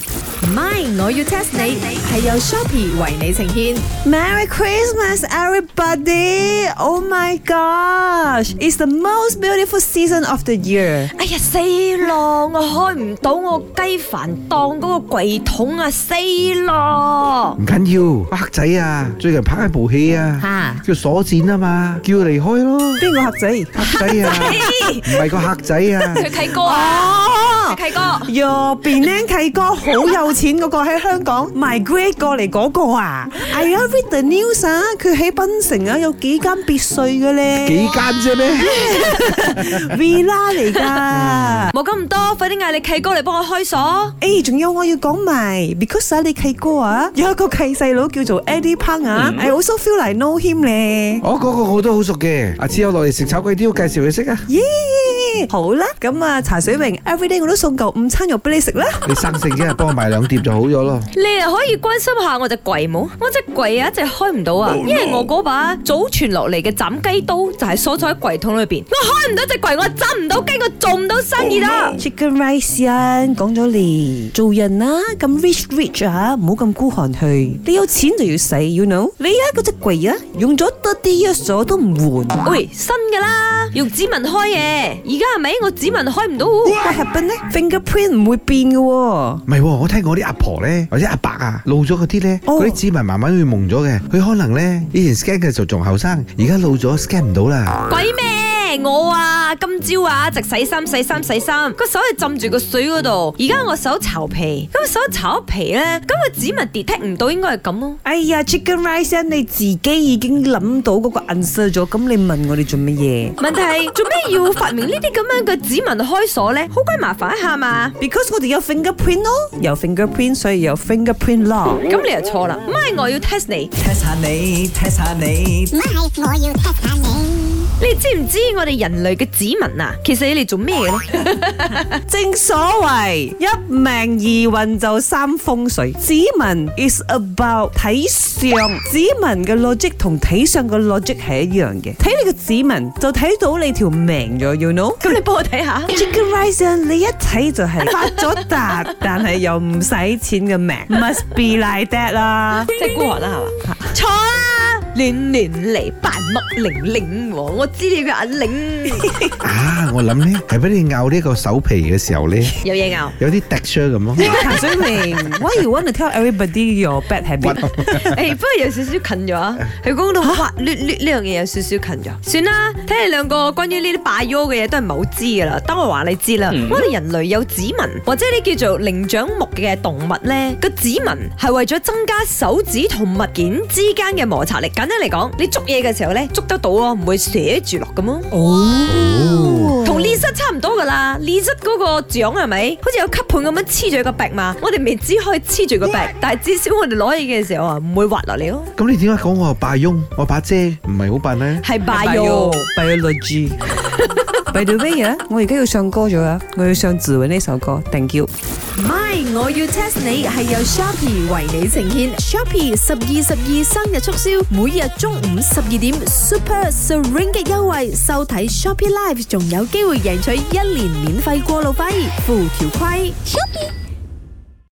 唔係，我要 test 你係由 Shopee 為你呈現。 Merry Christmas, everybody! Oh my gosh! It's the most beautiful season of the year. 哎呀死咯！我開唔到我雞飯檔嗰個櫃桶啊，死咯！唔緊要，黑仔啊，最近拍一部戲啊，嚇，叫鎖剪啊嘛，叫離開咯，邊個客仔？黑仔啊，唔係個黑仔啊，佢契哥啊，哦，契哥，右邊僆契哥好有錢嗰個喺香港 migrate 過嚟嗰個啊！I read the news 啊，佢喺檳城啊有幾間別墅嘅幾咧間啫咩？ ，villa 嚟㗎。冇咁多，快啲嗌你契哥嚟幫我開鎖。誒，仲有我要講埋，because 啊，你契哥啊，有一個契細佬叫做 Eddie Pang 啊，I also feel like know him 咧。我嗰個我都好熟嘅，下次我落嚟食炒粿條介紹你識啊，耶，好啦，咁啊，茶水榮，everyday 我都送嚿午餐肉俾你食啦。你生性啫，幫我買兩碟就好咗咯。你哋可以關心下我隻櫃冇？我隻櫃啊一直開唔到啊，因為我嗰把祖傳落嚟嘅斬雞刀就係鎖咗喺櫃桶裏邊，我開唔到隻櫃，我斬唔到雞，我做唔到生意 Oh 啦。 Chicken rice 啊，講咗嚟，做人啊，咁 rich rich 啊，唔好咁孤寒去。你有錢就要使，you know。你啊嗰隻櫃啊，用咗 thirty years 咗都唔換。喂，新噶啦，用指紋開嘅，而家係咪我指紋開唔到？ What happened 呢？Fingerprint 唔會變嘅喎。唔係喎，我聽我啲阿婆咧，或者阿伯啊，老咗嗰啲咧，哦嗰啲指紋慢慢會蒙咗嘅。佢可能咧以前 scan 嘅時候仲後生，而家老咗 scan 唔到啦。鬼咩？我啊，今朝啊，直洗衫、洗衫、洗衫，個手係浸住個水嗰度。而家我手巢皮，咁手巢皮咧，咁個指紋 detect 唔到，應該係咁咯。哎呀，Chicken Rice 啊你自己已經諗到嗰個 answer 咗，咁你問我哋做乜嘢問題係做咩要發明呢啲咁樣嘅指紋開鎖咧？好鬼麻煩一下嘛。 ？Because 我哋有 fingerprint 咯，有 fingerprint，所以有 fingerprint law。咁你又錯啦，唔係我要 test 你。 test 下你，test 下你咪，我要 test 下你。你知唔知我哋人類嘅指紋啊？其實你哋做咩嘅咧？正所謂一命二運就三風水，指紋 is about 睇相，指紋嘅 logic 同睇相嘅 logic 係一樣嘅，睇你個指紋就睇到你條命咗，you know。咁你幫我睇下。 Chicken rice 啊你一睇就係發咗達，但係又唔使錢嘅命，must be like that 啦。即係孤寒啦，係嘛？錯啦，亂亂嚟扮木玲玲喎，我知你個阿玲啊，我諗咧係俾你咬呢個手皮嘅時候咧，有嘢咬。有啲 texture 咁咯。茶水明，Why you want to tell everybody your bad habit？誒，不過有少少近咗啊，佢講到滑捋捋呢樣嘢有少少近咗。算啦，睇你兩個關於呢啲拜 U 嘅嘢都係唔係好知噶啦，等我話你知啦。我哋人類有指紋，或者啲叫做靈長目嘅動物咧，個指紋係為咗增加手指同物件之間嘅摩擦力。簡單嚟講，你捉嘢嘅時候咧，捉得到咯，唔會寫住落咁咯。哦，同 l i 差唔多噶啦 l i 嗰個掌係咪？好似有吸盤咁樣黐住個壁嘛？我哋未知可以黐住個壁，但係至少我哋攞嘢嘅時候啊，唔會滑落嚟咯。咁你點解講我係拜翁，我把遮唔係好笨咧？係 bio。 biology。By the way 啊，我而家要唱歌咗啊，我要唱自文呢首歌，thank you。唔係，我要 test 你係由 Shopee 為你呈現。Shopee 十二十二生日促銷，每日中午十二點 Super Serene 嘅優惠，收睇 Shopee Live 仲有機會贏取一年免費過路費，附條規。 Shopee